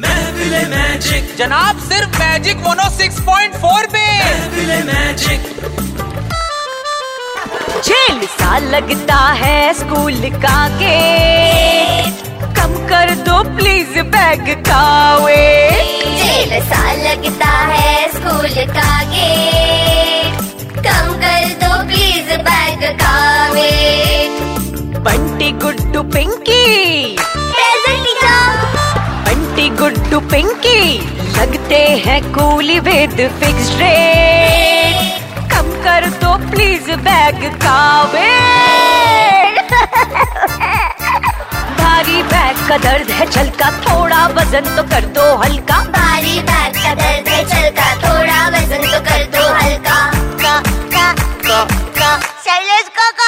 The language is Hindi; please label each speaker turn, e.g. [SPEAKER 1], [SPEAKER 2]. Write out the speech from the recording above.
[SPEAKER 1] महफिले मैजिक
[SPEAKER 2] जनाब सिर्फ मैजिक मोनो 6.4 पे
[SPEAKER 1] महफिले मैजिक
[SPEAKER 3] झेल सा लगता है स्कूल का गेट कम कर दो प्लीज बैग का वेट
[SPEAKER 4] जेल सा लगता है स्कूल का गेट कम कर दो प्लीज बैग का weight
[SPEAKER 3] Bunty Guddu Pinky
[SPEAKER 4] present teacher
[SPEAKER 3] Bunty Guddu Pinky लगते हैं कूली वेद फिक्स रेट कम कर दो प्लीज बैग का वेट भारी बैग का दर्द है छलका थोड़ा वजन तो कर दो हल्का
[SPEAKER 4] भारी बैग का दर्द है चलका थोड़ा वजन तो कर दो हल्का का का का का शैलेश का